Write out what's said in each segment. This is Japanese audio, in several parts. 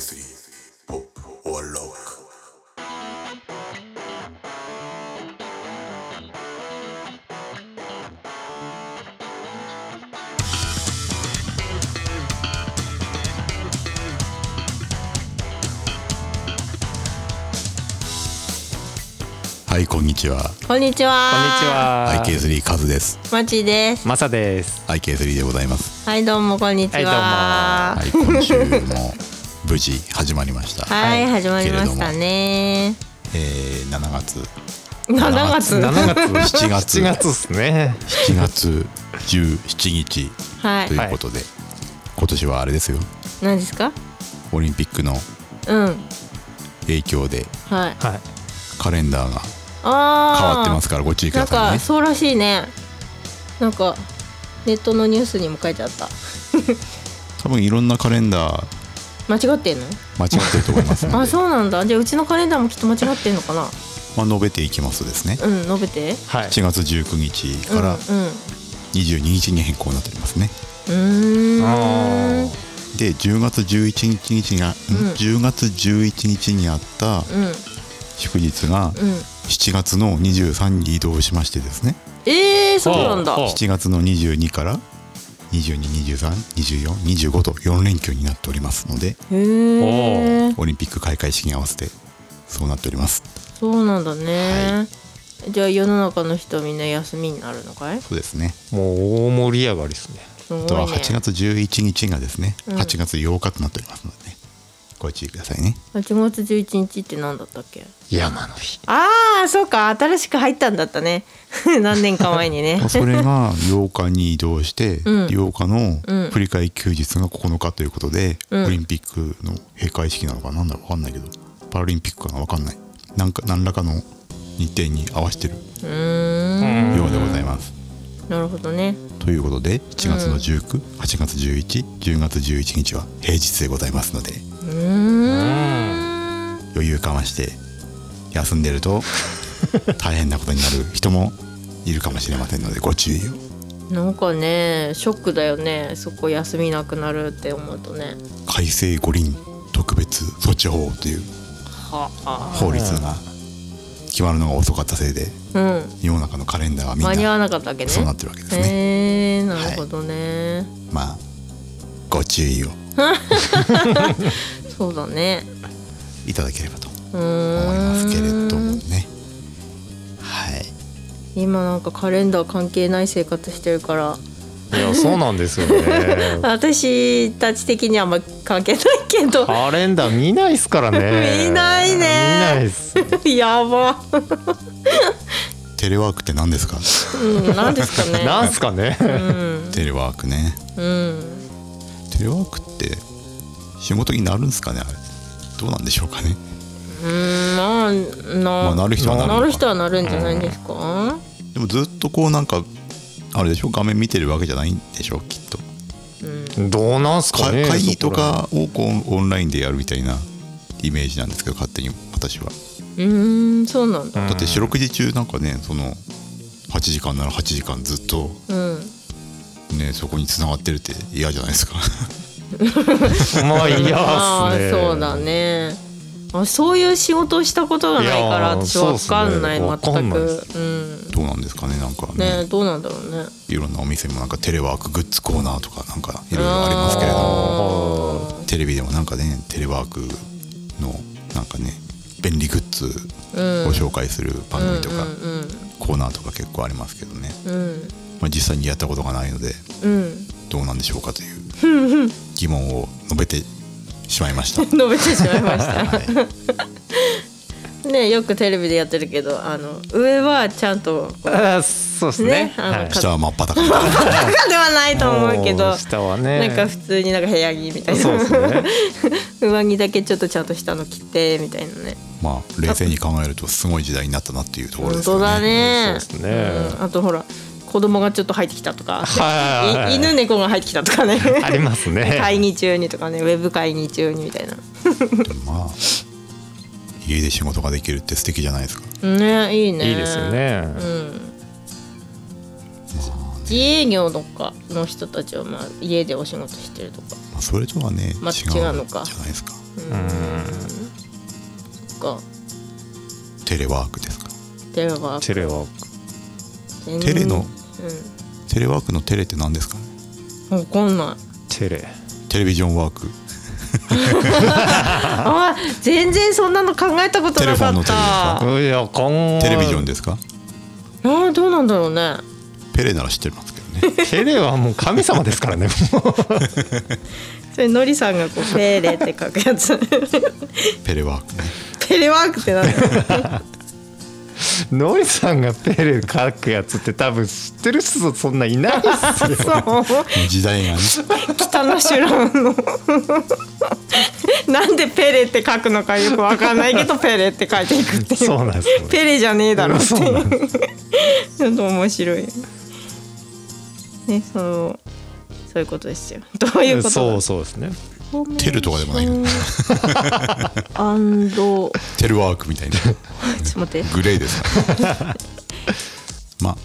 IK3 ポップオアロックはいこんにちはこんにちは。こんにち。は。 IK3 カズですまちです。マサです。 IK3 でございますはい、どうも、こんにちは。はい今週も無事始まりました、 はい、はい始まりましたね。えー、7月7月。 7月7月7月ですね。 7月17日はといい。うことで、今年はあれですよ何ですかオリンピックのうん。影響ではい。はい。カレンダーがああ。変わってますからご注意くだなんさいか、ねそうらしいね。なんか、ネットのニュースにも書いてあった。多分いろんなカレンダー間違ってんの間違ってると思いますので あ、そうなんだ。じゃあ、うちのカレンダーもきっと間違ってんのかなまあ、述べていきますとですねうん、述べて。はい。 7月19日うん。かうらん。 22日に変更になっておりますねうーん。あで10月11日が、んうん10月11日にあったうん。祝日がうん。 7月の23に移動しましてですねええー、そうなんだ。ほうほ7月の22から22232425と4連休になっておりますのでへえ。オリンピック開会式に合わせてそうなっておりますそうなんだね、じゃあ世の中の人はみんな休みになるのかいそうですねーもう大盛り上がりですね。すごいあねとは8月11日がですねうん8月8日となっておりますのでねご注意くださいね8月11日って何だったっけ山の日。ああそうか新しく入ったんだったね 何年か前にねそれが8日に移動してうん8日のうん振り替え休日が9日ということでうんオリンピックの閉会式なのかなんだろう分かんないけどパラリンピックかな分かんないなんか何らかの日程に合わせてる うーんようでございますなるほどねということで7月の198、8月1110月11日は平日でございますのでうーん余裕かまして休んでる と大変なことになる人もいるかもしれませんのでご注意をなんかねショックだよねそこ休みなくなるって思うとね改正五輪特別措置法というはあ法律が決まるのが遅かったせいでうん世の中のカレンダーはみ間んに合なわなかったわけねそうなってるわけですねへえー、なるほどね、まあご注意をそうだねいただければとうーん思いますけれどもねはい今なんかカレンダー関係ない生活してるから。いや、そうなんですよね 私たち的にはあんま関係ないけどカレンダー見ないっすからね。見ないね見ないっす。 やば、テレワークって何ですかうん、なんですかねなんすかね。うん、テレワークねうん、テレワークって仕事になるんですかねあれどうなんでしょうかね、うんまあまな,、あ、なる人はなるのなかる人はなるんじゃないですか、でもずっとこうなんかあれでしょ画面見てるわけじゃないんでしょきっと、うん、どうなんすかかね。会議とそこかをこうオンラインでやるみたいなイメージなんですけど勝手に私はうんそうなんだらだ辺。って四六時中なんかねその8時間なら8時間ずっとうんねそこに繋がってるって嫌じゃないですか うんまあ嫌っすね。ああそうだねあそういう仕事をしたことがないかいやらー私わかんないそうっすね全わかんないくうでんどうなんですかねなんかねねどうなんだろうねいろんなお店もなんかテレワークグッズコーナーとかなんかいろいろありますけれどももあーテレビでもなんかねテレワークのなんかね便利グッズうんを紹介する番組とか、うんコーナーとか結構ありますけどね、うんまあ、実際にやったことがないのでうん、うん、どうなんでしょうかという 疑問を述べてしまいました述べてしまいましはい、たねよくテレビでやってるけどあの上はちゃんとあーそうっすねね。あのはい下は真っ裸だ赤ではないと思うけもどう下はね。なんか普通になんか部屋着みたいそうな、ですね。上着だけちょっとちゃんとしたの着てみたいなねまあ冷静に考えるとすごい時代になったなっていうところで本すよ当ねだねそうっすねうんあとほら子供がちょっと入ってきたとか、はいはいはいい犬猫が入ってきたとかねありますね。 会議中にとかねウェブ会議中にみたいなまあ家で仕事ができるって素敵じゃないですかねいいねいいですよね。うん自営業とかの人たちはまあ家でお仕事してるとかまあそれとはね、まあ違違ううのかじゃないですかそっかテレワークですかテレワーテレワークテレのうテレワークのテレって何ですかねんわかんないクテレテレビジョンワークあ全然そんなの考えたことテなレフォンのかっテレたいやこんテレビジョンですかあーどうなんだろうねペレなら知ってますけ どねテレはもう神様で すからねもそれのりさんがこう「ペレ」って書くや つペレワークねテレワークってなんだろううノリさんがペレ書くやつって多分知ってる人そんないないっすよあそう時代がね北の修羅のなんでペレって書くのかよくわかんないけどペレって書いていくっていうそうなんですよペレじゃねえだろってそうなんいうちょっと面白いねそのそういうことですよ どういうことだそうそうです ねフォーメーショテンルとかでもないけど アンドちょテレワークみたいなっと待ってグレーですからねまあ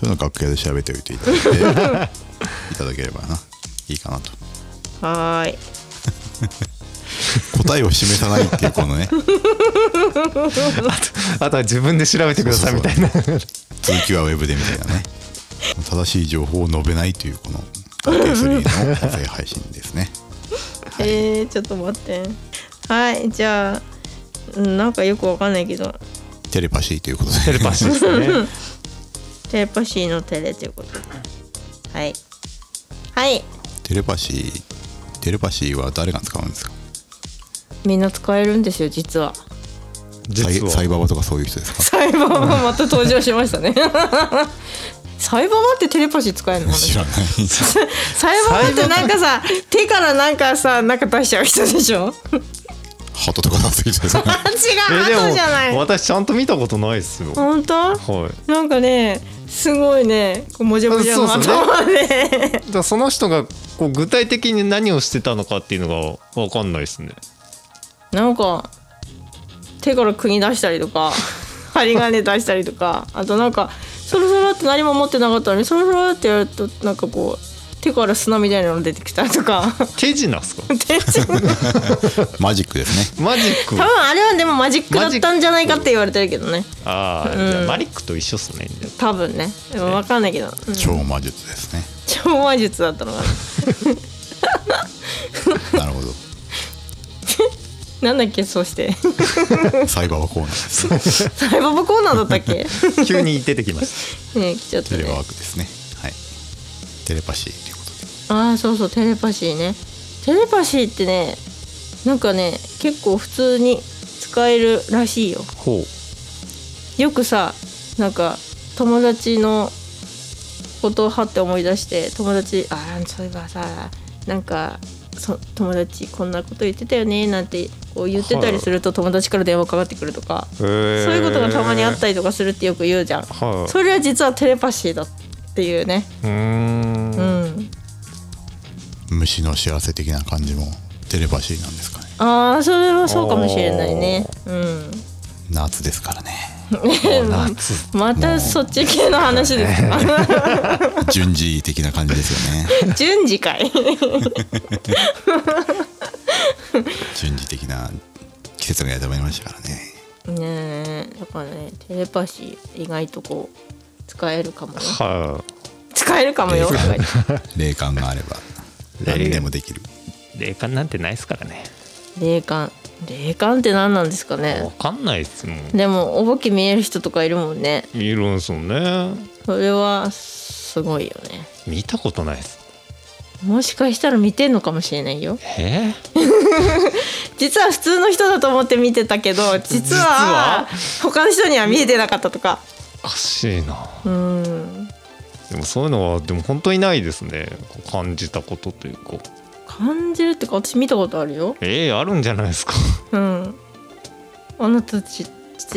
そういうの楽屋で調べておいていただいていただければないいかなとはーい答えを示さないっていうこのねあとは自分で調べてくださいみたいな続きはウェブでみたいなね正しい情報を述べないというこの RK3 の音声配信ですねえー、ちょっと待ってはいじゃあうんなんかよくわかんないけどテレパシーということでテレパシーですねテレパシーのテレということではいはいテレパシーテレパシーは誰が使うんですかみんな使えるんですよ実はサイ実サイはババとかそういう人ですかサイバーバまた登場しましたね サイバーバってテレパシー使えるの知らないサイバーバってなんかさ手からなんかさなんか出しちゃう人でしょハトとか出す人ですかあ違うえで後じゃないも私ちゃんと見たことないですよは本当いなんかねすごいねこうもじゃもじゃのそうそう頭で、だからその人がこう具体的に何をしてたのかっていうのが分かんないですね なんか手から国出したりと か針金出したりとかあとなんかそろそろって何も持ってなかったのにそろそろってやるとなんかこう手から砂みたいなの出てきたりと か手品っすかで マジックですねマジック多分あれはでもマジックだったんじゃないかって言われてるけどねああ、じゃあうんマリックと一緒っす ねじゃ多分ねでも分かんないけど、うん超魔術ですね超魔術だったのかなるほどななんだっけそうして サイババコーナーですサイババコーナーだったっ けあ急に出てきましね来ちゃったテレねワークですねはいテレパシーということでああそうそうテレパシーねテレパシーってねなんかね結構普通に使えるらしいよた ほうよくさなんか友達のことをはって思い出して友達ああそういえばさなんかそ友達こんなこと言ってたよねなんてこう言ってたりすると友達から電話かかってくるとか、そうそういいうことがたまにあったりとかするってよく言うじゃん、はいそれは実はテレパシーだっていうねうーんうん虫の幸せ的な感じもテレパシーなんですかねああそれはそうかもしれないねうん夏ですから ね夏またそっち系の話ですか順次的な感じですよね順次 かい順次的な季節がやってまいりましたからねねえだからねテレパシー意外とこう使えるかもよは使えるかもよえ霊感があれば何でもできるい霊感なんてないっすからね霊感霊感って何なんですか分ねかんないっすもんでもお化け見える人とかいるもんねいるんすもんねそれはすごいよね見たことないっすもしかしたら見てんのかもしれないよえ実は普通の人だと思って見てたけど実は他の人には見えてなかったとかおかしいなうんでもそういうのはでも本当にないですねこう感じたことというか感じるってか私見たことあるよええあるんじゃないですかうんあなたたち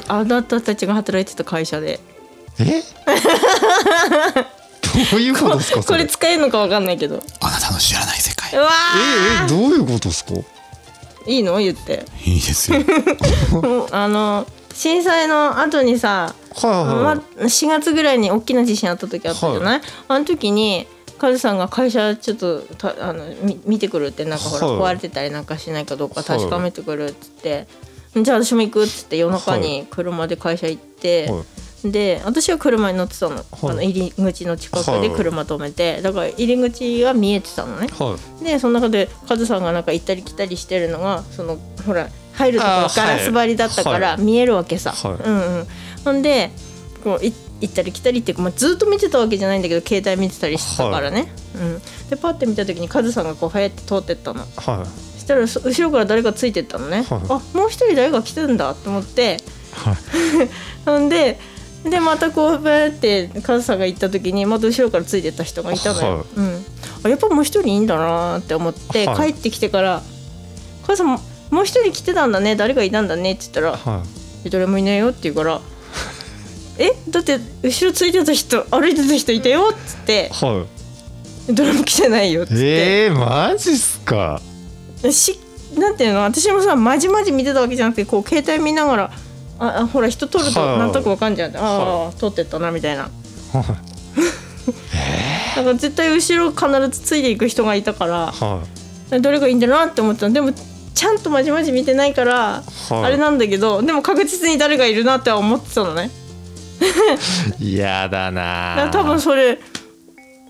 あなたたちが働いてた会社で え どういうことですかそ これれ使えるのかわかんないけどうあなたの知らない世界わええどういうことですかーいいの言って いいですようんあの震災の後にさ、はいはいま、4月ぐらいに大きな地震あった時あったじゃない、あの時にカズさんが会社ちょっとたあのみ見てくるってなんかほらそう壊れてたりなんかしないかどうか確かめてくるっつってじゃあ私も行くっつって夜中に車で会社行って、はで私は車に乗ってたの,、あの入り口の近くで車止めて、だから入り口が見えてたのねはでその中でカズさんがなんか行ったり来たりしてるのがそのほら入るとこあろーガラス張りだったかはらい見えるわけさ、はいうんうん、ほんでこうい行ったり来たりっていうか、まあ、ずっと見てたわけじゃないんだけど携帯見てたりしてたからね、うん、でパッて見た時にカズさんがこうはやって通ってったのはそしたらそ後ろから誰かついてったのね、はいあもう一人誰か来てるんだと思ってはいほんででまたこうバーってカズさんが行った時にまた後ろからついてった人がいたのよ、はいうん、あやっぱもう一人いいんだなって思って、はい帰ってきてから「カズさんももう一人来てたんだね誰がいたんだね」って言ったらは「誰もいないよ」って言うから「えだって後ろついてた人歩いてた人いたよ」っつっていは「い誰も来てないよ」っつって、えー、マジっすかしなんていうの私もさまじまじ見てたわけじゃなくてこう携帯見ながらああほら人撮るはといなんとなくわかんじゃん、あはあ撮ってったなみたいな。はだから絶対後ろ必ずついていく人がいたからいはどれがいいんだなって思ってたのでもちゃんとまじまじ見てないから、いはいあれなんだけどでも確実に誰がいるなっては思ってたのね嫌だだかなら多分それ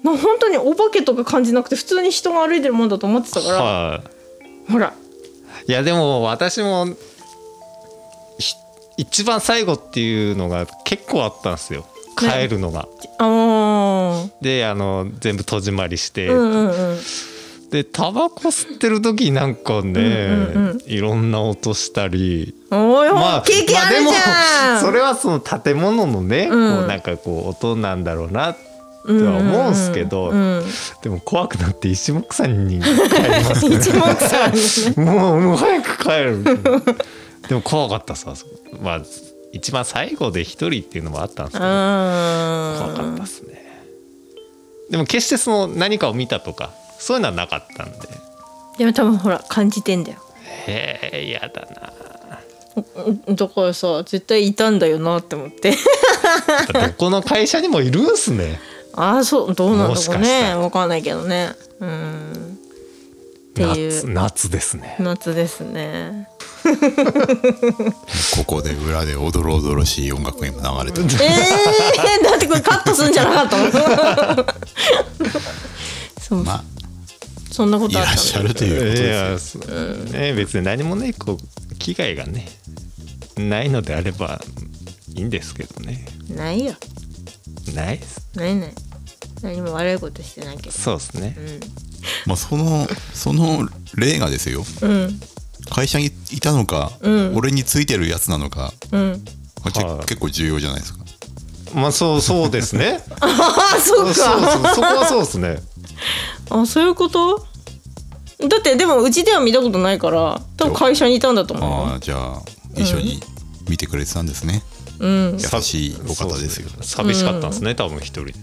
まあ本当にお化けとか感じなくて普通に人が歩いてるもんだと思ってたからはほらいいやでも私もひ一番最後っていうのが結構あったんですよね帰るのが、あーであの全部戸締まりして、うんうんうんでタバコ吸ってる時なんかね、うんうんうんいろんな音したりおい、経験あるじまあゃん、でもそ れはその建物のね、うんこうなんかこう音なんだろうなとは思うんすけど、うんうんうんでも怖くなって一目散に帰りますね 一目散にねもうもう早く帰るでも怖かったさそこまあ一番最後で一人っていうのもあったんですけど怖かったあっすねでも決してその何かを見たとかそういうのはなかったんでーでも多分ほら感じてんだよへえ嫌だなうんだからさ絶対いたんだよなって思って どこの会社にもいるんすねああそうどうなんもだしろうかしたねらわかんないけどねうんっていう夏夏ですね夏ですね ここで裏でおどろおどろしい音楽が今流れてる えー、だってこれカットするんじゃなかったもん そう、まあそんなこいとあっらったしゃるということいですや、そね、別に何もねこう危害がねないのであればいいんですけどねのないよないっすないない何も悪いことしてないけどそうですねまあそのその例がですようん会社にいたのか、うん俺についてるやつなのかうんこれ結はい結構重要じゃないですかまあそうそうですねああ そうそうかそうそこはそうですねあそういうことだってでもうちでは見たことないから多分会社にいたんだと思うよああじゃあ一緒に見てくれてたんですね、うん優しいお方ですよそうっね寂しかったんですね、多分一人で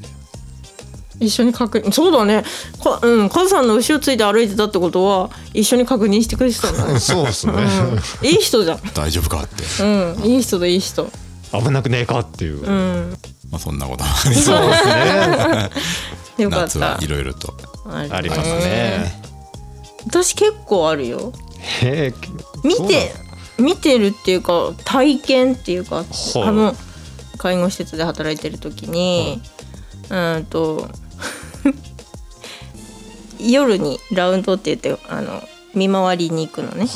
一緒に確認そうだねかうんカズさんの後ろついて歩いてたってことは一緒に確認してくれてたんだねそうですね、いい人じゃん大丈夫かって、うんいい人だいい人危なくねえかっていう、うんまあ、そんなこともありそうですねよかっ夏はたいろいろとるありますね私結構あるよへえ見そうて見てるっていうか体験っていうか、はいあの介護施設で働いてる時に、うんと夜にラウンドって言ってあの見回りに行くのねはい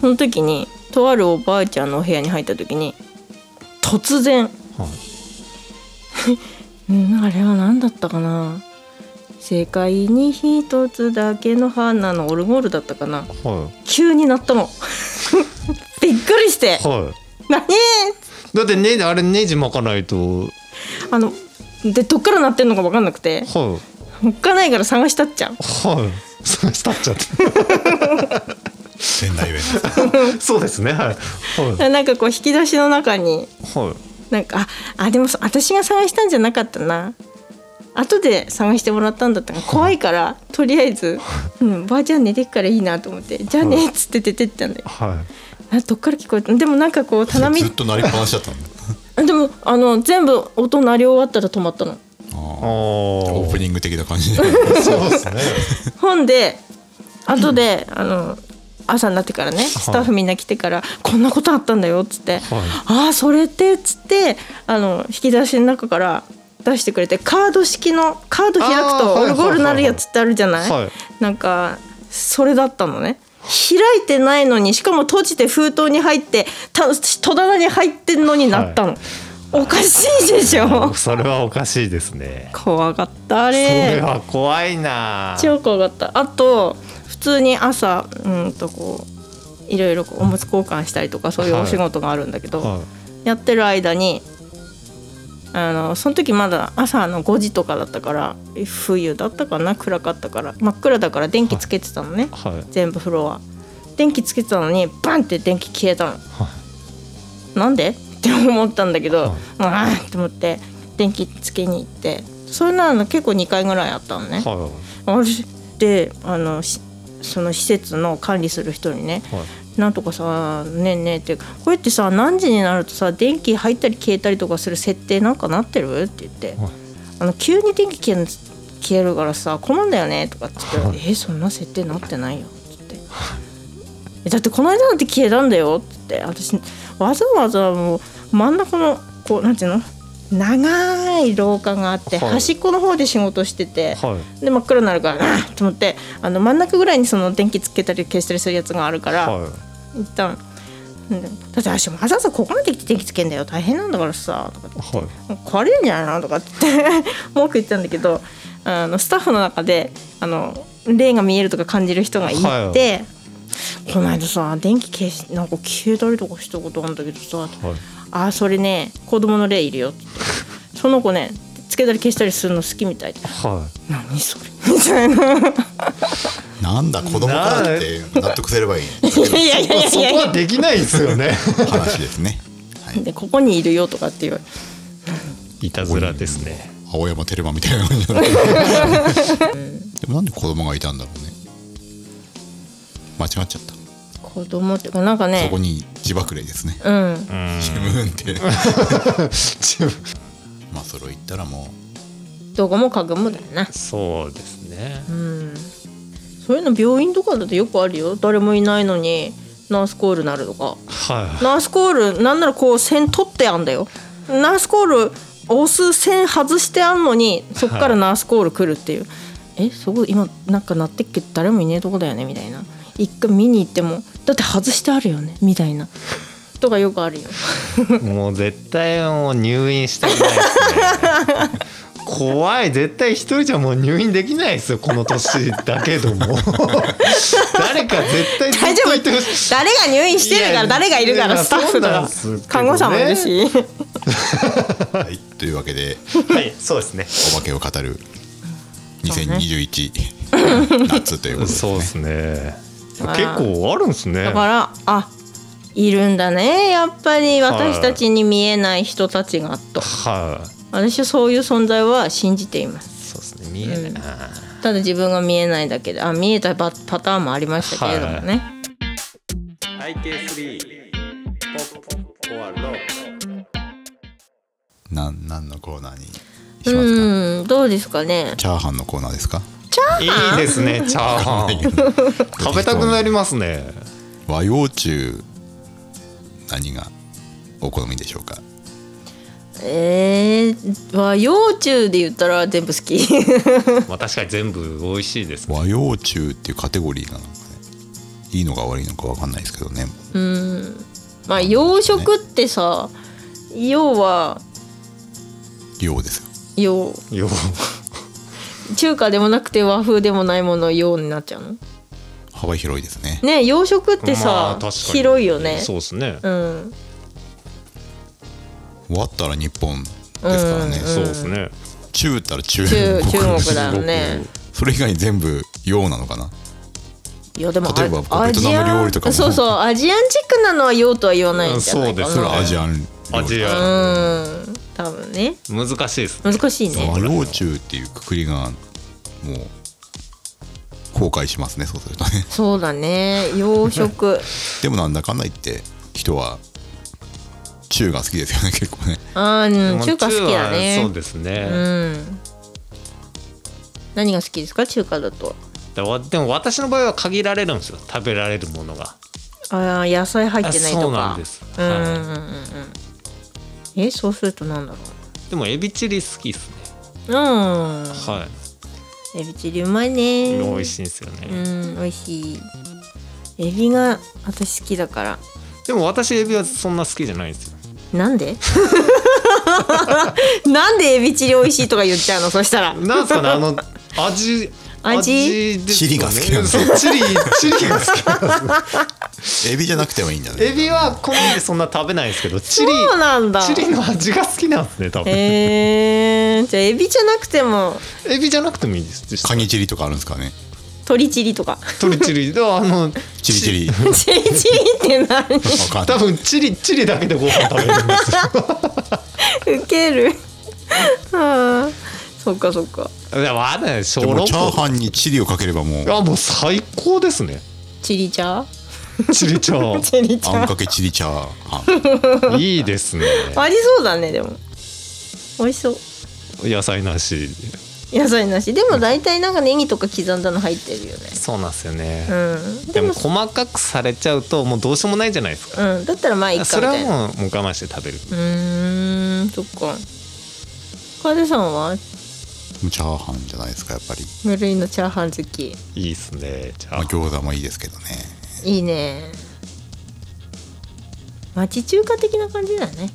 その時にとあるおばあちゃんのお部屋に入った時に突然はいうんあれは何だったかな世界に一つだけの花のオルゴールだったかなは急になったの びっくりしていは何いだってねあれネジ巻かないとあのでどっから鳴ってんのか分かんなくてはおっかないから探したっちゃんいはいそうしたっちゃっ仙台弁た そうですねはいはなんかこう引き出しの中にいはいなんかああでもそ私が探したんじゃなかったな後で探してもらったんだったから怖いからとりあえず、うん、ばあちゃん寝てっからいいなと思ってじゃあねっつって出てったんだよはあどっから聞こえたでもなんかこう棚見ずっと鳴りっぱなしだったんだでもあの全部音鳴り終わったら止まったの あおーオープニング的な感 じでそうですね本で後であの朝になってからねスタッフみんな来てから「こんなことあったんだよ」っつって「ああそれって」っつってあの引き出しの中から出してくれてカード式のカード開くあーとはいオルゴールなるやつってあるじゃない、はいなんかそれだったのね開いてないのにしかも閉じて封筒に入ってた戸棚に入ってんのになったの、おかしいでし ょそれはおかしいですね怖かったあそれれは怖いな超怖かったあと普通に朝うんとこういろいろこうおむつ交換したりとかそういうはいお仕事があるんだけど、はやってる間にあのその時まだ朝の5時とかだったから冬だったかな暗かったから真っ暗だから電気つけてたのね、いはい全部フロア電気つけてたのにバンって電気消えたの、なんでって思ったんだけど、はいああって思って電気つけに行ってそれなの結構2回ぐらいあったのね、はあれであのしその施設の管理する人にねいはいなんとかさねえねえってこうやってさ何時になるとさ電気入ったり消えたりとかする設定なんかなってるって言って、はいあの急に電気消える消えるからさ困んだよねとかって言っはて「えそんな設定なってないよ」って言ってえ「だってこの間なんて消えたんだよ」って言って私わざわざもう真ん中のこうなんていうの長い廊下があって、はい端っこの方で仕事してて、はいで真っ暗になるから なと思ってあの真ん中ぐらいにその電気つけたり消したりするやつがあるから、はい一旦うんだって私わざわざここまで来て電気つけんだよ大変なんだからさ」とかはい壊れるんじゃないのとかって 言って文句言ってたんだけどあのスタッフの中であの霊が見えるとか感じる人がいて、はこの間さ電気消しなんか消えたりとかしたことあるんだけどさ、はいあーそれね子供の霊いるよって言ってその子ねつけたり消したりするの好きみたいでは何それみたいないなんだ子供かって納得すればいいや いやいいやいそやいこやはできないですよね話ですね、はい、でここにいるよとかって言われ いたずらですね青山テルマみたいな 感じだねでもなんで子供がいたんだろうね間違っちゃった、子供っていうかなんかそねこに自爆霊ですねうん自分 って自分まあそれを言ったらもどこも家具もだよなそうですねうんそういうの病院とかだとよくあるよ誰もいないのにナースコールなるとかはナースコールなんならこう線取ってあんだよナースコール押す線外してあんのにそっからナースコール来るっていう、えそこ今なんか鳴ってっけど誰もいねえとこだよねみたいな一回見に行ってもだって外してあるよねみたいなとかよくあ るよいもう絶対もう入院したくないですね怖い絶対一人じゃもう入院できないですよこの年だけども誰か絶対大丈ずっと夫いてほしい誰が入院してるから誰がいるかいらやスタッフそうなだんですけどねから看護師さんもいるしうはいというわけではいそうですねお化けを語るそうね 2021夏ということですそうねですね結あー構あるんですねだからあいるんだねやっぱり私たちに見えない人たちがとはい、私はそういう存在は信じていますそうですね見えない、うんあただ自分が見えないだけであ見えたパパターンもありましたけれどもね、ー IK3 ポップコアロなん何のコーナーにしまうすか、んどうですかねチャーハンのコーナーですかいいですねチャーハン食べたくなりますね和洋中何がお好みでしょうかえー、和洋中で言ったら全部好き まあ確かに全部美味しいですね和洋中っていうカテゴリーなのかねいいのか悪いのか分かんないですけどねうんまあ洋食ってさ要は洋ですよ洋よ中華でもなくて和風でもないものを洋になっちゃうの幅広いですねね洋食ってさ、まあ確かに広いよねそうですね、うん和ったら日本ですからね、そうですね中ったら中中国中国だよね。それ以外全部洋なのかないやでもあ例えば僕アジアベトンナム料理とかもそうそうアジアンチックなのは用とは言わないんじゃないかうんな。そうですそれはアジアン料ア理ジうアん多分ね難しいですね難しいね和。洋中っていうくくりがもう後悔しますねそうするとね そうだね洋食 でもなんだかんだ言って人は中が好きですよね結構ねあー、うん、まあ中華好きだね中華そうですね、うん何が好きですか中華だとだわでも私の場合は限られるんですよ食べられるものがああ野菜入ってないとかあそうなんですうんうんはいうんうんえそうするとなんだろでもエビチリ好きですねううんはエビチリうまいねい、美味しいんですよね、うん美味しいエビが私好きだからでも私エビはそんな好きじゃないんですよなんで なんでエビチリ美味しいとか言っちゃうのそしたらなんすかねあの味味ですチよねリが好きなんですそうチリチリが好きなんですエビじゃなくてもいいんだねエビは好みでそんな食べないんですけどチリそうなんだチリの味が好きなんですね多分エへえじゃあエビじゃなくてもビじゃなくてもいいです実カ際ニチリとかあるんですかね鶏チリとか 鳥チリであのチリチ リわチリチリって何 かんな多い分チリチリだけでご飯食べるんですよウケる あーそっかそっかいやわかんない小で籠もチャー包ハンにチリをかければもうあもう最高ですねチリチャチリチャーチリチあャんーかけチリチャーハンーいいですねありそうだねでも美味しそう野菜なし野菜なしでも大体なんかネギとか刻んだの入ってるよねそうなんですようね、んででもも細かくされちゃうともうどうしようもないじゃないですかうんだったらまあいいかみそれはたいなもうもう我慢して食べるうーんそっか楓さんはチャーハンじゃないですかやっぱ り、無類のチャーハン好きいいっすねじゃまああ、餃子もいいですけどねいいね町中華的な感じだね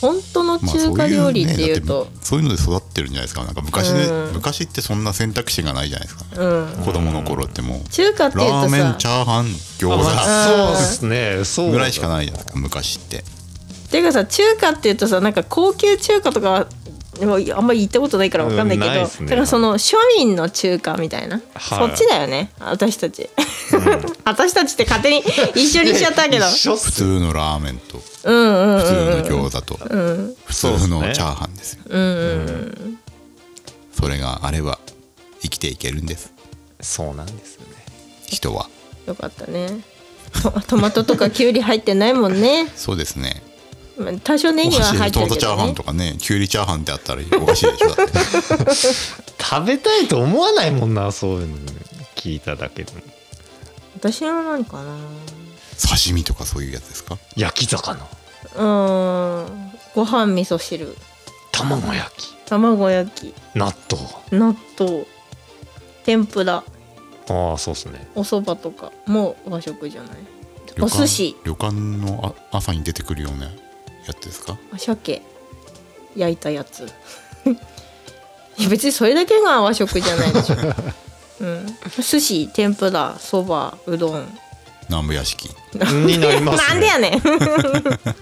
本当のまあそ中華料理っていうと、ねだってそういうので育ってるんじゃないですかなんか昔ね、うん昔ってそんな選択肢がないじゃないですかうん子供の頃ってもう中華っていうラとーメンチさャーハンあ餃まあそうですねそう子ぐらいしかないじゃないですか昔ってていうかさ中華っていうとさなんか高級中華とかはでもあんまり行ったことないからわかんないけど、うんないっすねだからその庶民の中華みたいな、はいそっちだよね私たち、 私たちって勝手に一緒にしちゃったけど 一緒っ普す通のラーメンと普うんうん通の餃子と普通そうっすのねチャーハンですようんそれがあれば生きていけるんですそうなんですよね人はよかったねトトマトとかきゅうり入ってないもんねそうですねまあ多少ネおギかはしい入でトマってるトけチャーどハンねとかねきゅうりチャーハンってあったらおかしい でしょだって食べたいと思わないもんなそういうの聞いただけでも私は何かな刺身とかそういうやつですか焼き魚うーんご飯味噌汁卵焼き卵焼き納豆納豆天ぷらああそうっす ねお蕎麦とかも和食じゃない旅お館寿司旅館のあ朝に出てくるようなやつですか鮭焼いたやつ いや別にそれだけが和食じゃないでしょ、うん、寿司天ぷらそばうどん南部屋敷になりますねなんでやねん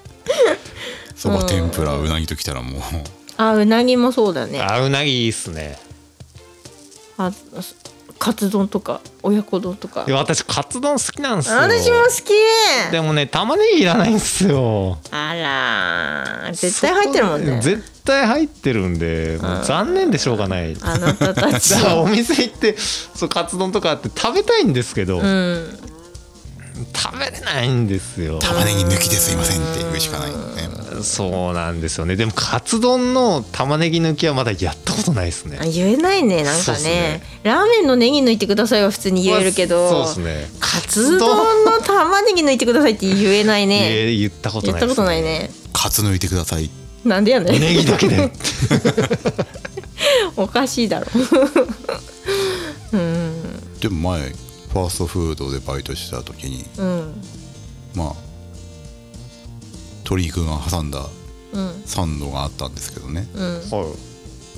そば天ぷらうなぎときたらもうあうなぎもそうだねああうなぎいいっすねそカツ丼とか親子丼とかいや私カツ丼好きなんですよ私も好きでもね玉ねぎいらないんですよあらー絶対入ってるもんそねこ絶対入ってるんでもう残念でしょうがないあなたたち だからお店行ってそうカツ丼とかあって食べたいんですけど、うん食べれないんですよ玉ねぎ抜きですいませんって言うしかないよねそうなんですよねでもカツ丼の玉ねぎ抜きはまだやったことないですねあ言えないねなんそうかねっすねラーメンのネギ抜いてくださいは普通に言えるけど、まあそうですねカツ丼の玉ねぎ抜いてくださいって言えないね言え言ったこと言ないっですたことないねカツ抜いてくださいなんでやねんネギだけでおかしいだろ うんでも前ファーストフードでバイトしてた時にうんまあ鳥肉が挟んだうんサンドがあったんですけどねうんは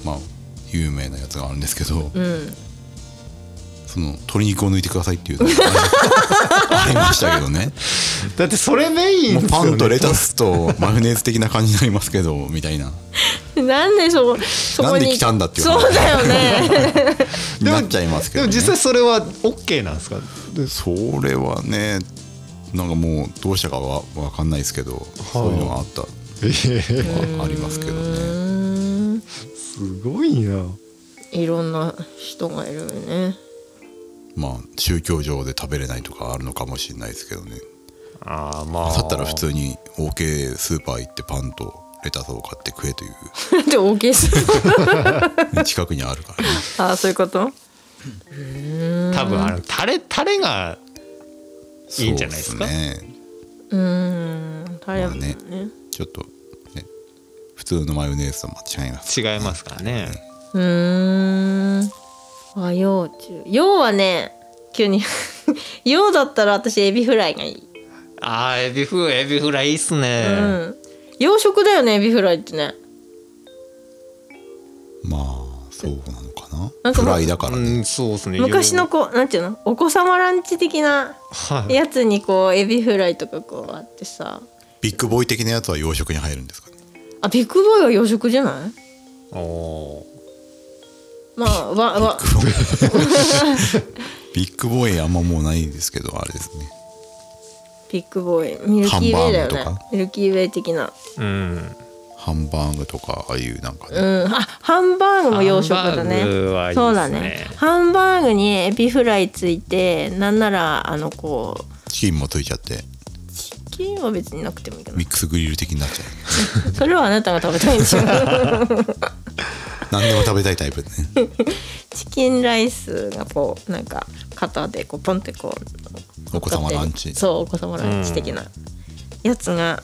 まあ有名なやつがあるんですけどうんその鶏肉を抜いてくださいっていうのが ありましたけどねいだってそれメインもでうすよ、ね、パンとレタスとマヨネーズ的な感じになりますけどみたいな なんでそそこになんで来たんだっていうそうだよ ねでもなっちゃいますけでど、もね、実際それは OK なんですかそれはねなんかもうどうしたかは分かんないですけど、そういうのがあったのはありますけどうねーんすごいないろんな人がいるよね まあ宗教上で食べれないとかあるのかもしれないですけどねああまあだったら普通に OK スーパー行ってパンとレタスを買って食えというで大きいっす近くにあるからねああそういうこと多分あのタレタレがいいんじゃないですかそうっねうーんタレもね,、まちょっとね普通のマヨネーズとは違います違いますからねうーん和洋中洋はね急に 洋だったら私エビフライがいい、ああエビフエビフライいいっすね、うん洋食だよねエビフライってねまあそうなのかななんかフもうライだからうね、んそうですね昔のこうなんていうのお子様ランチ的なはいやつにこうエビフライとかこうあってさビッグボーイ的なやつは洋食に入るんですかねあビッグボーイは洋食じゃないおおまあわわビッグボーイあんまもうないですけどあれですねビッグボーイミルキーウェイだハよンバーグねとかミルキーウェイ的なーうんハンバーグとかああいうなんかうね、んあハンバーグも洋食だねハンバーグはいいっすねそうだねハンバーグにエビフライついてなんならあのこうチキンもついちゃってチキンは別になくてもいいけどミックスグリル的になっちゃうそれはあなたが食べたいんでしょ何でも食べたいタイプねチキンライスがこうなんか肩でこうポンってこうお子様ランチそうお子様ランチ的なやつが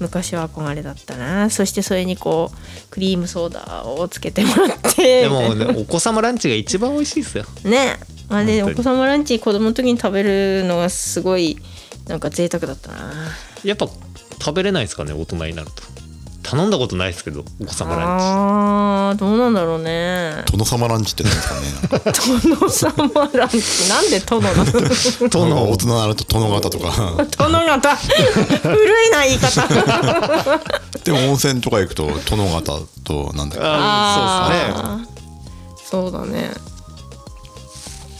昔は憧れだったなそしてそれにこうクリームソーダをつけてもらってでも、みたねいな、お子様ランチが一番美味しいですよねあれ本当にお子様ランチ子供の時に食べるのがすごいなんか贅沢だったなやっぱ食べれないですかね大人になると頼んだことないですけどお子様ランあーどうなんだろうね殿様ランチってなんですかねなんか殿様ランチなんで殿なのチなんか殿大人になると殿方とか殿方古いな言い方でも温泉とか行くと殿方となんだっああーそうだね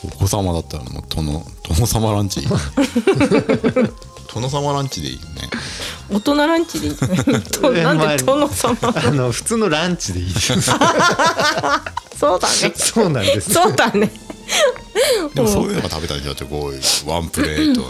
けお子様だったらもう殿殿様ランチ 殿様ランチでいいよね大人ランチでいいんじゃないとなんで殿様そうですねあの普通のランチでいいです そうだねそうなんですそうだねでもそういうのが食べたいじゃんってこうワンプレートの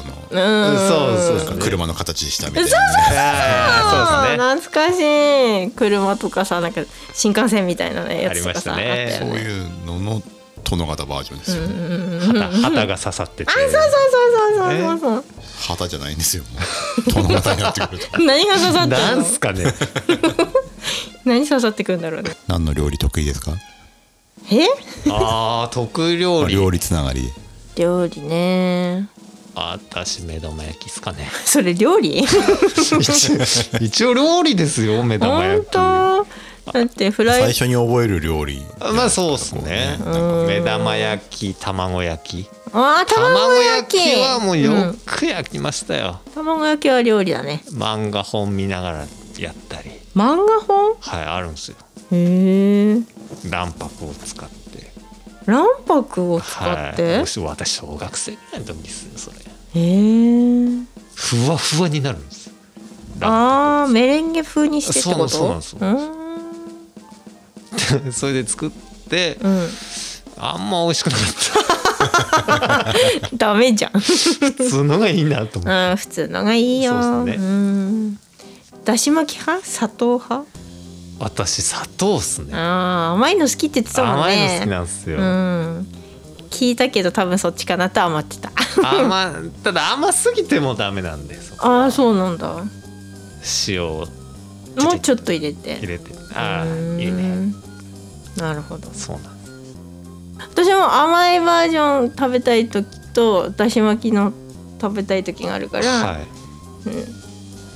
そうそうですなんねか車の形したみたいなあーそうですね懐かしい車とかさなんか新幹線みたいなねやつとかさありましあたねったよそういうのの殿方バージョンですよね旗旗が刺さっててそうそうそうそうそうそう、旗じゃないんですよもう殿方になってくると何が刺さってなんんのす かね何刺さってくるんだろうね 何の料理得意ですかえあー得意料理料理つながりで料理ねあたし目玉焼きっすかねそれ料理 一応料理ですよ目玉本焼き当だってフラ最イ初に覚える料理まあそうですねん目玉焼き卵焼きあー卵卵焼焼ききはもううよんく焼きましたよ、卵焼きは料理だね漫画本見ながらやったり漫画本はいあるんですよへえ卵白を使って卵白を使っはいてもし私小学生ぐらいの時ですよそれへえふわふわになるんですよ卵あーメレンゲ風にしてってことそうなんですそううなんん それで作ってうんあんま美味しくなか っダメじゃんた普通のがいいなと思っうてん、普通のがいいよ。そうですねん。だし巻き派、砂糖派。私砂糖っすねああ、甘いの好きって言ってたもんね。甘いの好きなんですよ、うん。聞いたけど、多分そっちかなとは思 ってた。甘ただ甘すぎてもダメなんでそこああ、そうなんだ。塩をもうちょっと入れて。入れてああうーんいいね。なるほど。そうなんです私も甘いバージョン食べたい時と、だし巻きの食べたい時があるから、はい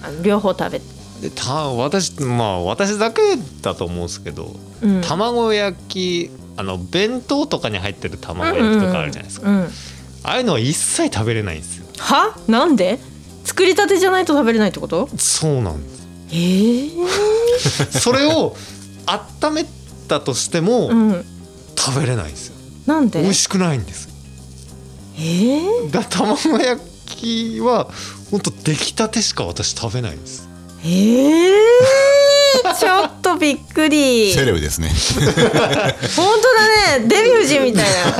あの両方食べて。でた私まあ私だけだと思うんですけど、うん卵焼きあの弁当とかに入ってる卵焼きとかあるじゃないですか、うん。ああいうのは一切食べれないんですよは、なんで。作りたてじゃないと食べれないってこと。そうなんでええすそ れを温めたとしても、うん。食べれないんですよなんで。美味しくないんですよええだ卵焼きは本当出来たてしか私食べないんですええちょっとびっく りセレブですね本当だねデヴィ夫人みたい な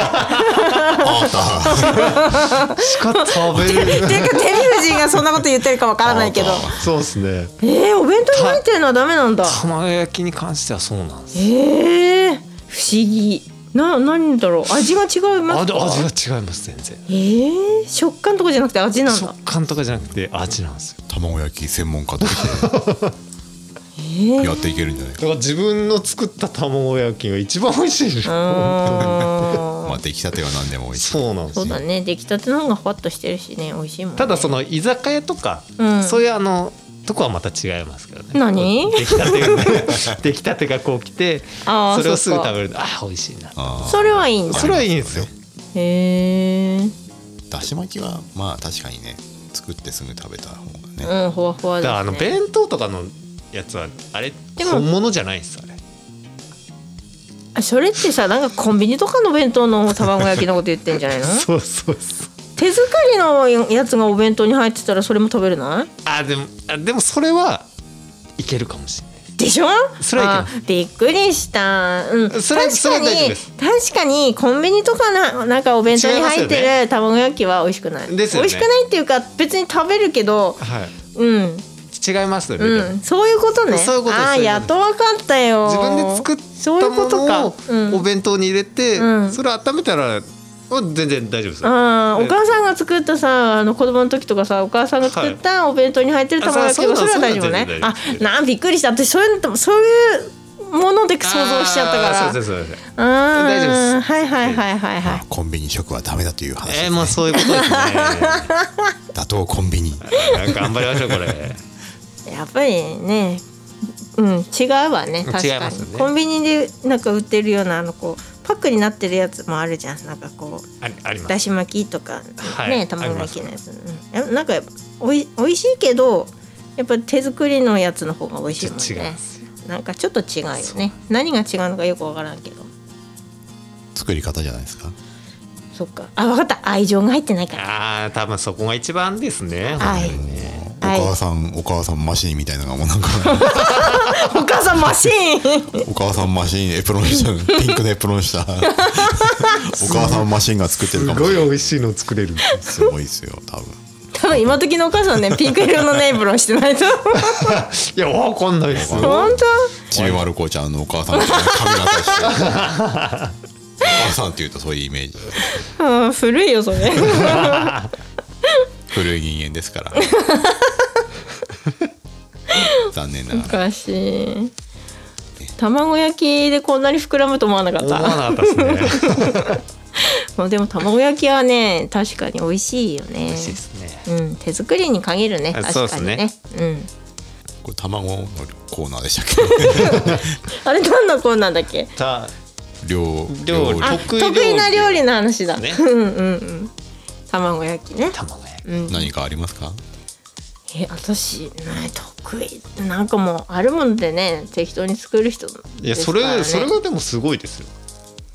鹿食べてるいうかデヴィ夫人がそんなこと言ってるかわからないけどあーそうですねえー、お弁当に入ってるのはダメなんだ卵焼きに関してはそうなんですえー、不思議な何だろう味が違いまあすでか味が違います全然えー、食感とかじゃなくて味なんだ食感とかじゃなくて味なんですよ卵焼き専門家としてえー、やっていけるんじゃないだかから自分の作った卵焼きが一番美味しいでしうょーんまあ出来たては何でも美味しいそうなんですそようだね出来たての方がふわっとしてるしね美味しいもんただその居酒屋とか、うんそういうあのとこはまた違いますけどね何こう出来たてが出来たてがこう来てあーそれをすぐそっか食べるとあー美味しいなあーそれはいいんだそれはいいんですよへえだし巻きはまあ確かにね作ってすぐ食べた方がね、うんほわほわだです、ね、からあの弁当とかのやつはあれでも本物じゃないですあれあそれってさなんかコンビニとかの弁当の卵焼きのこと言ってんじゃないの そうそうそう手作りのやつがお弁当に入ってたらそれも食べるなあでもあでもそれはいけるかもしれないでしょそれはいあけびっくりした、うん、それ確それかは大丈夫にです確かにコンビニとかななんかお弁当に入っ違いますてる卵焼きは美味しくないですよね美味しくないっていうか別に食べるけどはいうん違いますよね、でうもんそういうことねそういうことですああそういうことですやっとわかったよ自分で作っそういうことたかもうんのをお弁当に入れて、うんそれ温めたらうん全然大丈夫ですよあーねお母さんが作ったさあの子供の時とかさお母さんが作ったお弁当に入ってる卵焼きはあそそうれはそう大丈夫ねそうあそうなんびっくりした私そういうのとそういうもので想像しちゃったからあーそうそうそうそうあー大丈夫ですはいはいはいはいはまあコンビニ食はダメだという話です、ねえー、もうそういうこと ですね打倒コンビニなんか頑張りましょうこれいやっぱりねうん違うわね確違いかまに、すねコンビニでなんか売ってるようなあのこうパックになってるやつもあるじゃんなんかこうありありまだすし巻きとか、はいね卵焼きのやつ、うんや、なんかやっぱおい美味しいけどやっぱ手作りのやつの方が美味しいもんちょっと違いねますなんかちょっと違うよそうね何が違うのかよくわからんけど作り方じゃないですかそっかあわかった愛情が入ってないからああ多分そこが一番ですねはいおはい母さんお母さんマシーンみたいなのがもうなんかお母さんマシーンお母さんマシーンエプロンしたピンクのエプロンしたお母さんマシーンが作ってるかもしれない美味しいの作れるすごいですよ多分多分今時のお母さんねピンク色のネイブロンしてないといやわかんないです本当ちびまる子ちゃんのお母さんみたいな髪型してお母さんっていうとそういうイメージあー古いよそ れ古い人間ですから残念なおがらかしい卵焼きでこんなに膨らむと思わなかっ思わなたかったですねまあでも卵焼きはね確かに美味しいよね美味しいですねうん、手作りに限るねあ確そうっかすにねねうんこれ卵のコーナーでしたっけあれ何のコーナーだっけた 料料理あ得意料理得意な料理の話だ、ねうんうんうん卵焼きね卵焼きうん何かありますかえ私ね得意なんかもうあるもんでね適当に作る人ですから、ね、いやそれそれがでもすごいですよ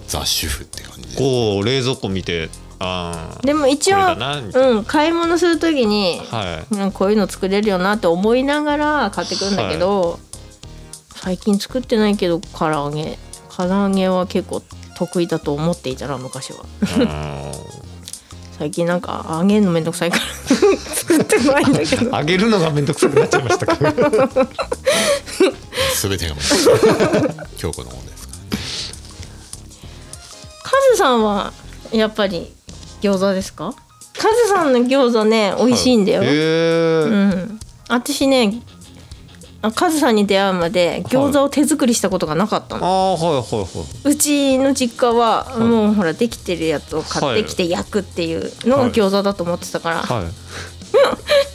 ザ・主婦って感じでこう冷蔵庫見てあでも一応これだなみたいうん買い物するときにあ、はうんこういうの作れるよなって思いながら買ってくるんだけど、最近作ってないけど唐揚げ唐揚げは結構得意だと思っていたら昔はい うん最近なんか揚げるのめんどくさいから 作ってないんだけど揚げるのがめんどくさくなっちゃいましたけど全てが 京子のもんですかカズさんはやっぱり餃子ですかカズさんの餃子ね美味しいんだよ、へうえん私ねあカズさんに出会うまで餃子を手作りしたことがなかったの、ああはいはいうちの実家は、いもうほらできてるやつを買ってきて焼くっていうのが餃子だと思ってたから、はいはい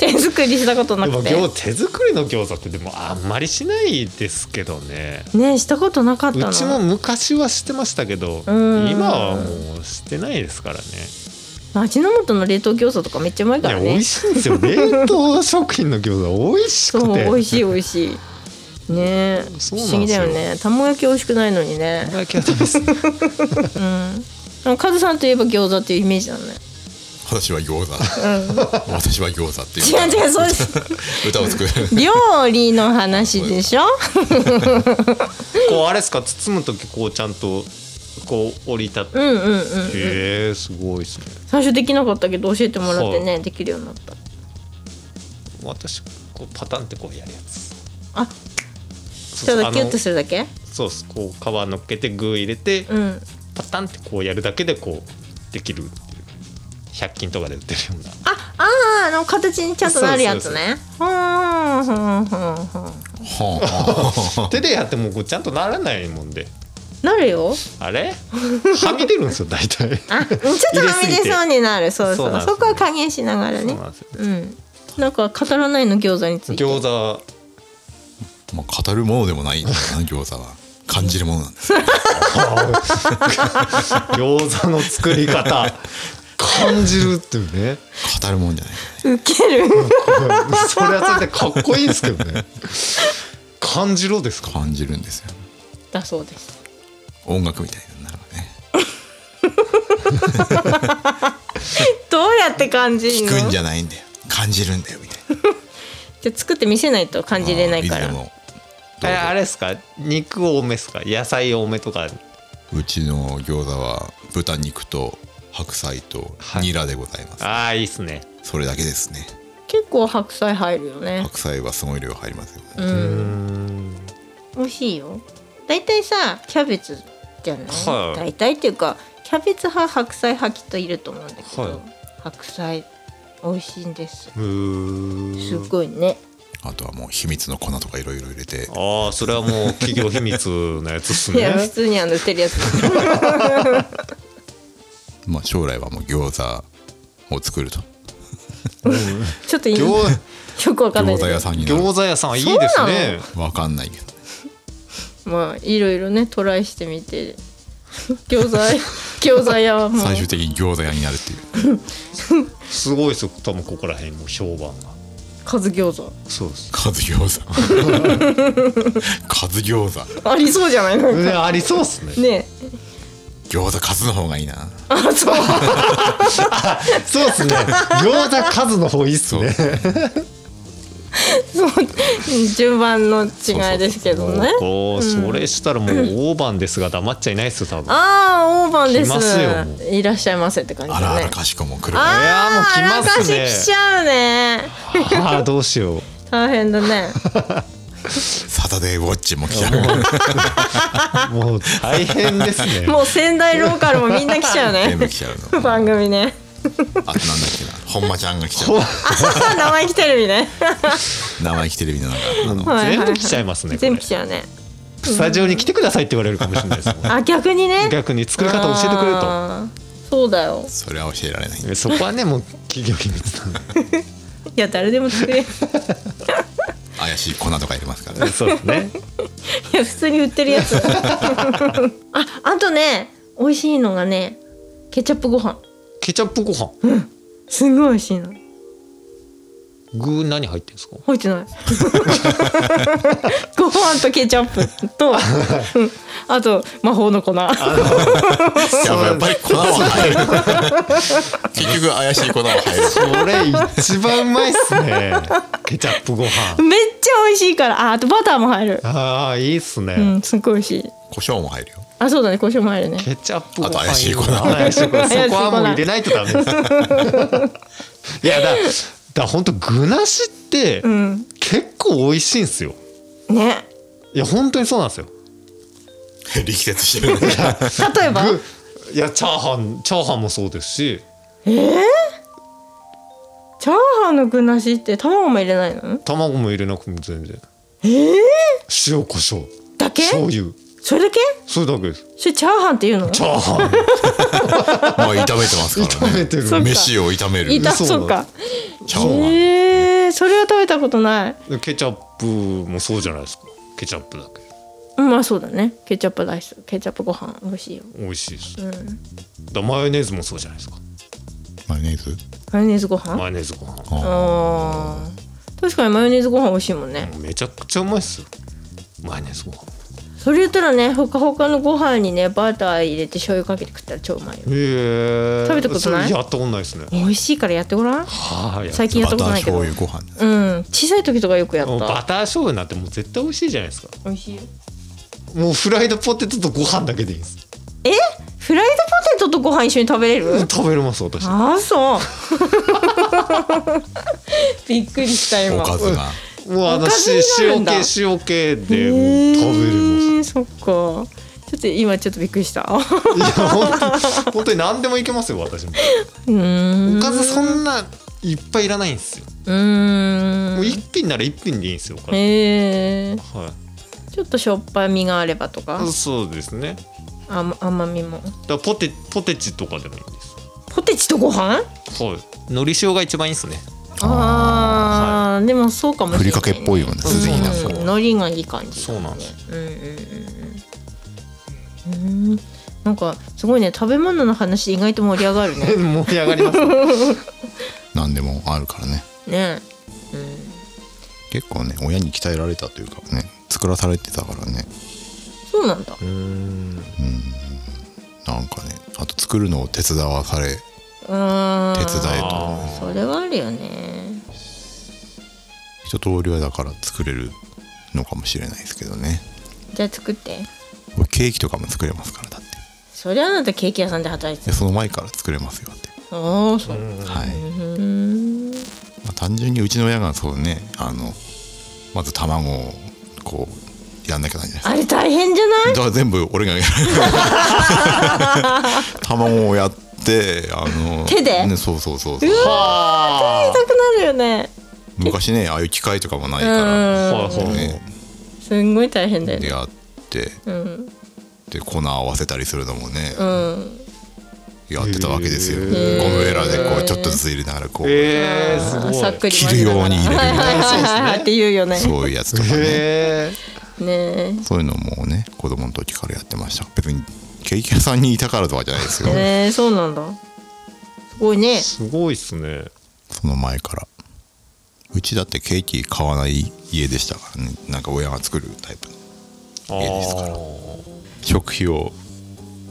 手作りしたことなでもくて餃手作りの餃子ってでもあんまりしないですけどねねしたことなかったうのちも昔はしてましたけどうん今はもうしてないですからね味の素の冷凍餃子とかめっちゃうまいいかやら美ね味しいんですよ冷凍食品の餃子美味しそうくて美味しい美味しいねえ不そうなんですよ思議だよね卵焼き美味しくないのにねだけはダメですねカズさんといえば餃子っていうイメージなのね私は餃子うん、私は餃子っていう違う違うそう です歌を作る料理の話でしょこうあれですか包む時こうちゃんとこう折りたってうんうんうんへえすごいですね最初できなかったけど教えてもらってねできるようになった私こうパタンってこうやるやつあそたうそうだあキュのッとするだけそうっすこう皮乗っけて具入れてうんパタンってこうやるだけでこうできるっていう100均とかで売ってるようなああーあの形にちゃんとなるやつねほーんほーんほーんほーんは手でやってもこうちゃんとならないもんでなるよあれはみ出るんですよ大体 あちょっとはみ出そうになるそうそそううそなんですねこは加減しながらそねうなんですようんなんか語らないの餃子について餃子あ、まあ、語るものでもないんだよな餃子は感じるものなんです餃子の作 り方感じるっていうね 語るもんじゃないウケるそれはそれでかっこいいですけどね感じろですか感じるんですよだそうです音楽みたいになるからねどうやって感じる聞のくんじゃないんだよ感じるんだよみたいなじゃあ作って見せないと感じれないかあーらいつでもあれあれですか肉多めですか野菜多めとかうちの餃子は豚肉と白菜とはいニラでございます、ああいいっすねそれだけですね結構白菜入るよね白菜はすごい量入りますよ、うねうんん美味しいよ大体さキャベツじゃない、はい大体っていうかキャベツ派白菜派きっといると思うんだけど、はい白菜美味しいんですうーすんごいねあとはもう秘密の粉とかいろいろ入れてああそれはもう企業秘密のやつっすいねや普通にあの売って るやつまあ将来はもう餃子を作るとちょっといいよ餃くわかんない餃け子ど屋さんになる餃子屋さんいいですねわかんないけどまあいろいろねトライしてみて餃子餃子屋はもう最終的に餃子屋になるっていうすごいですよ多分ここら辺も評判が数餃子そうです数餃 子数餃子ありそうじゃないなんねかありそうっすねね餃子数の方がいいなあそうそうですね餃子数の方いいっすねそう順番の違いですけどねこうそれしたらもう大番ですが黙っちゃいないっすよ多分ああ大判です来ますよもういらっしゃいませって感じあだねらあらかしこも来るあねーいやーもう来ますねあらかし来ちゃうねああどうしよう大変だ ねサタデーウォッチも来ちゃうもう大変です ねもう仙台ローカルもみんな来ちゃう 全部ね来ちゃうの番組ねあとなんだっけな本間ちゃんが来ちゃう生意気テレビね生意気テレビの中あのはいはい全部来ちゃいますねこれ全部来ちゃうねスタジオに来てくださいって言われるかもしれないですもんあ逆にね逆に作り方教えてくれるとあーそうだよそれは教えられないえそこはねもう企業秘密なんでいや誰でも作 れる怪しい粉とか入れますからねそうですねいや普通に売ってる やつああとね美味しいのがねケチャップご飯ケチャップご飯すんごい美味しいの具何入ってるんですか入 ってないご飯とケチャップ と、うんあと魔法の粉や っぱやっぱり粉は 入る結局怪しい粉は入るそれ一番うまいっすねケチャップご飯めっちゃ美味しいからああとバターも入るああいいっすね、うんすっごい美味しい胡椒も入るよあそうだね胡椒も入るねケチャップごあ飯と怪しい粉怪しい粉そこはもう入れないとダメですいやだだ本当具なしってうん結構美味しいんですよねいや本当にそうなんですよ力説してるね例えば具いやチャーハンチャーハンもそうですしチャーハンの具なしって卵も入れないの卵も入れなくても全然塩コショウだけ醤油それだけそれだけですそれチャーハンっていうのチャーハン まあ炒めてますか炒らめねてるそう飯を炒めるいたそうそうかチャーハンへえそれは食べたことないでケチャップもそうじゃないですかケチャップだけうんまあそうだねケチャップライスケチャップご飯美味しいよ美味しいですうんだマヨネーズもそうじゃないですかマヨネーズマヨネーズご飯マヨネーズご飯ああー確かにマヨネーズご飯美味しいもんねめちゃくちゃうまいっすよマヨネーズご飯それ言ったらねほかほかのご飯にねバター入れて醤油かけて食ったら超うまいよへえ食べたことないやったことないですね美味しいからやってごらんはあやっ最近やっバたこタとーないけど醤う油ご飯ん小さい時とかよくやもっうバたター醤油なんてもう絶対美味しいじゃないですか美味しいよもうフライドポテトとご飯だけでいいですえフライドポテトとご飯一緒に食べれる食べれます私ああそう びっくりした今おかずがもうあおのかずになるん塩だ気塩気でもへーう食べれますそっかちょっと今ちょっとびっくりした ういや本当に本当に何でもいけますよ私もーんおかずそんないっぱいいらないんですようーんもう一品なら一品でいいんですよおかずへえはいちょっとしょっぱみがあればとかあそうですね甘甘みもだからポテポテチとかでもいいでポテチとご飯すはい海苔塩が一番いいですねあーでもそうかもしふれりないかけっぽいよねすでになんうかん海苔がいい感じそうなんですうんうんうんうんうーんなんかすごいね食べ物の話意外と盛り上がるね 盛り上がります何でもあるからねね結構ね親に鍛えられたというかね作らされてたからねそうなんだ うんなんかねあと作るのを手伝わされうーん手伝えとあそれはあるよね一通りはだから作れるのかもしれないですけどねじゃあ作って俺ケーキとかも作れますからだってそりゃあなたケーキ屋さんで働いてでその前から作れますよって、たああそうーうんはい、うまんあ、単純にうちの親がそうねあのまず卵をこうやんなきゃなんじゃないですかあれ大変じゃないだから全部俺が やる卵をやってあの手でね、そうそうそうそううわは痛くなるよね昔ねああいう機械とかもないうから、あはいんはいね、すんごい大変だよでねやってうんで粉合わせたりするのもね、うんやってたわけですよ、へゴームベラでこうちょっとずつ入れながらこう、えー、すあーごさいっくり切るように入れるみはいたはいいなはいはいはいって言うよねそういうやつとかねへえねえそういうのもね子供の時からやってました別にケーキ屋さんにいたからとかじゃないですよ、ねえそうなんだすごいねすごいっすねその前からうちだってケーキ買わない家でしたからねなんか親が作るタイプのあいいですからー食費を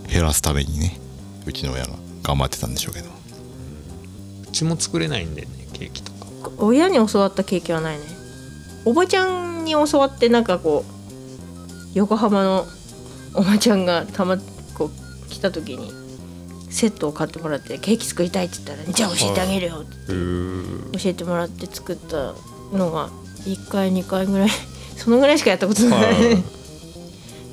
減らすためにねうちの親が頑張ってたんでしょうけどうちも作れないんでねケーキとか親に教わった経験はないねおばちゃんに教わってなんかこう横浜のおばちゃんがたまこう来た時にセットを買ってもらってケーキ作りたいって言ったら「じゃあ教えてあげるよ」ってうー教えてもらって作ったのが1回2回ぐらい そのぐらいしかやったことない、は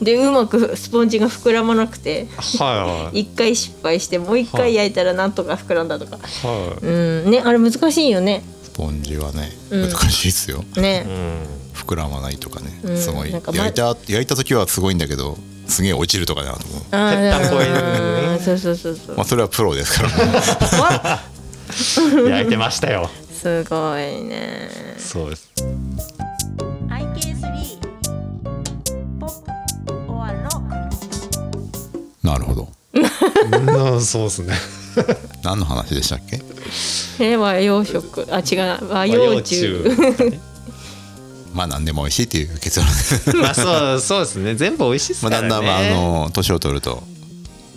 でうまくスポンジが膨らまなくてはいはい1回失敗してもう1回焼いたらなんとか膨らんだとか、はうんねあれ難しいよねスポンジはねうん難しいですよ、ね、いうん膨らまないとかね、うんすごいなん焼かいまた焼いた時はすごいんだけどすげえ落ちるとかだなと思うあーペッタンコ入れるうんうんそうそうそうそうまあそれはプロですからねわ焼いてましたよ。すごいねそうです。 IK3 ポップオアロック なるほどうん、そうですね。何の話でしたっけえ和洋食あ違う和洋中まあ何でも美味しいっていう結論 まあ、そう、そうですね。全部美味しいですまあかだらんね。だんまああの年を取ると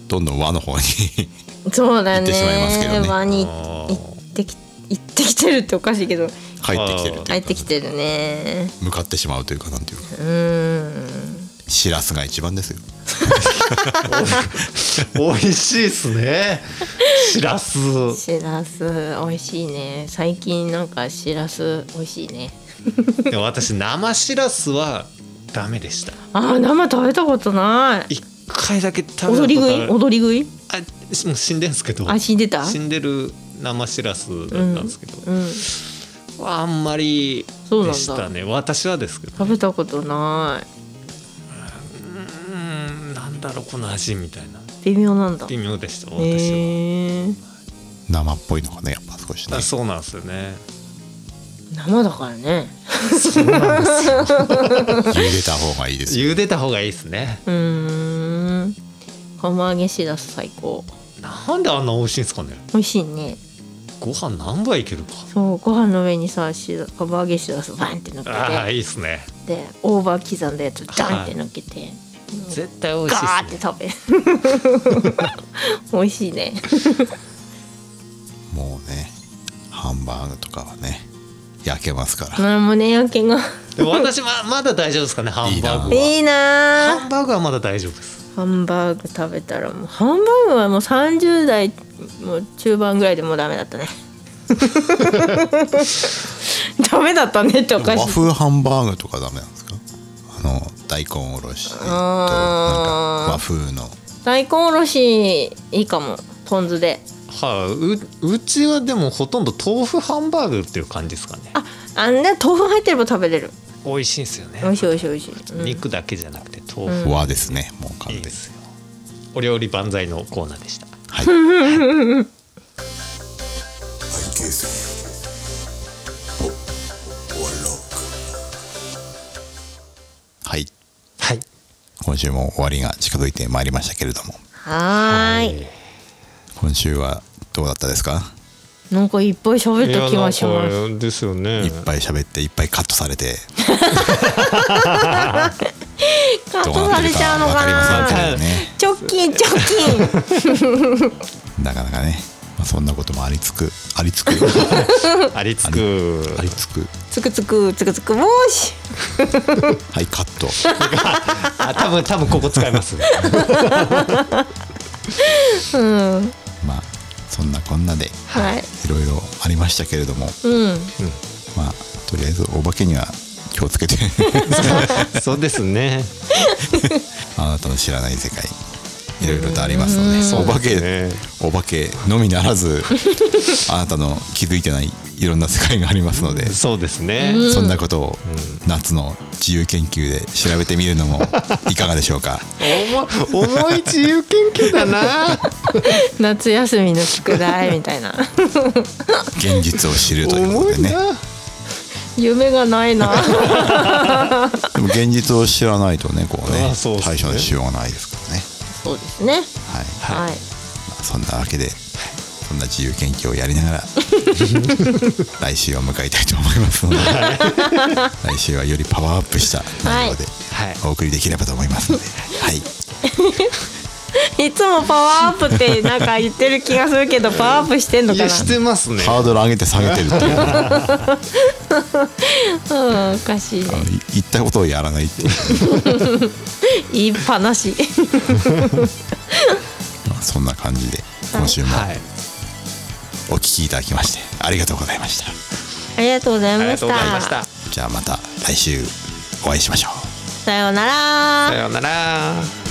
どんどん和の方に そうだ行ってしまいますけどねね和にあ行ーってき行ってきてるっておかしいけど入ってきてるって入いうっかてきてるね向かってしまうというかなんていうかうーんしらすが一番ですよ美味しいですね。しらす。しらす美味しいね最近なんかしらす美味しいねでも私、生しらすはダメでした。あー生食べたことない一回だけ食べたことあ踊り食いる。踊り食いあ、しもう死んでんすけど。あ死んでた死んでる生しらすだったんですけど。うんあんまり。そうなんだでしたね。私はですけど。食べたことなうん、なんだろう、この味みたいな。い微妙なんだ微妙でした。へ私は。え生っぽいのかねやっぱ少しねあそうなんですよね。生だからね茹でた方がいい ですよ茹でた方がいいですね。うーん釜揚げしらす最高なんであんな美味しいんですかね。美味しいねご飯何杯いけるか。そうご飯の上にさしら釜揚げしらすバンって乗っけああていいですね。で大葉刻んだやつダンって乗っけて絶対美味しいガーっっすてね食べる 美味しい ねもうねハンバーグとかはね焼けますから、まあ胸焼けがでも私ままだ大丈夫ですかねハンバーグはいいなハあンバーグはまだ大丈夫ですハンバーグ食べたらもうハンバーグはもう30代もう中盤ぐらいでもうダメだったねダメだったねっておかし和い風ハンバーグとかダメなんですかあの大根おろしとなんあーか和風の大根おろしいいかもポン酢ではい、ううちはでもほとんど豆腐ハンバーグっていう感じですかねああんな豆腐入ってれば食べれる美味しいんですよね美味しい美味しい美味しい、うん肉だけじゃなくて豆腐、和ですね、もう完全いいにですよお料理万歳のコーナーでしたはいはい今週も終わりが近づいてまいりましたけれどもはーい今週はどうだったですかなんかいっぱい喋った気がしいやますなんかですよねいっぱい喋っていっぱいカットされてカッどうトなっさてれるちゃかうのわかかりませんなけどねチョッキンチョッキンなかなかね、まあ、そんなこともありつくありつく ありつくありつくつくつくつくつくもーしはいカットあ多分多分ここ使いますうんまあそんなこんなではいいろいろありましたけれどもうんまあとりあえずお化けには気をつけ てそうですねあなたの知らない世界いろいろとありますのでお化け、ねお化けのみなら ずあなたの気づいてないいろんな世界がありますのでそうですね、そんなことを夏の自由研究で調べてみるのもいかがでしょうか重重い自由研究 だな夏休みの宿題みたいな現実を知るというこ重とでいねな夢がない なでも現実を知らないとねこうねあそうっすね対処のしようがないですからねそうですねはい、はいまあそんなわけでそんな自由研究をやりながら 来週を迎えたいと思いますので来週はよりパワーアップした内容ではいお送りできればと思いますので、はいいつもパワーアップってなんか言ってる気がするけどパワーアップしてんのいかやしてますねハードル上げて下げてるっていうなうんおかしいねい言ったことをやらない っていう、言いっぱなしまあそんな感じで今週もはいお聞きいただきましてありがとうございました ありがとうございありまがしとうございましたたじゃあまた来週お会いしましょうさようならさようなら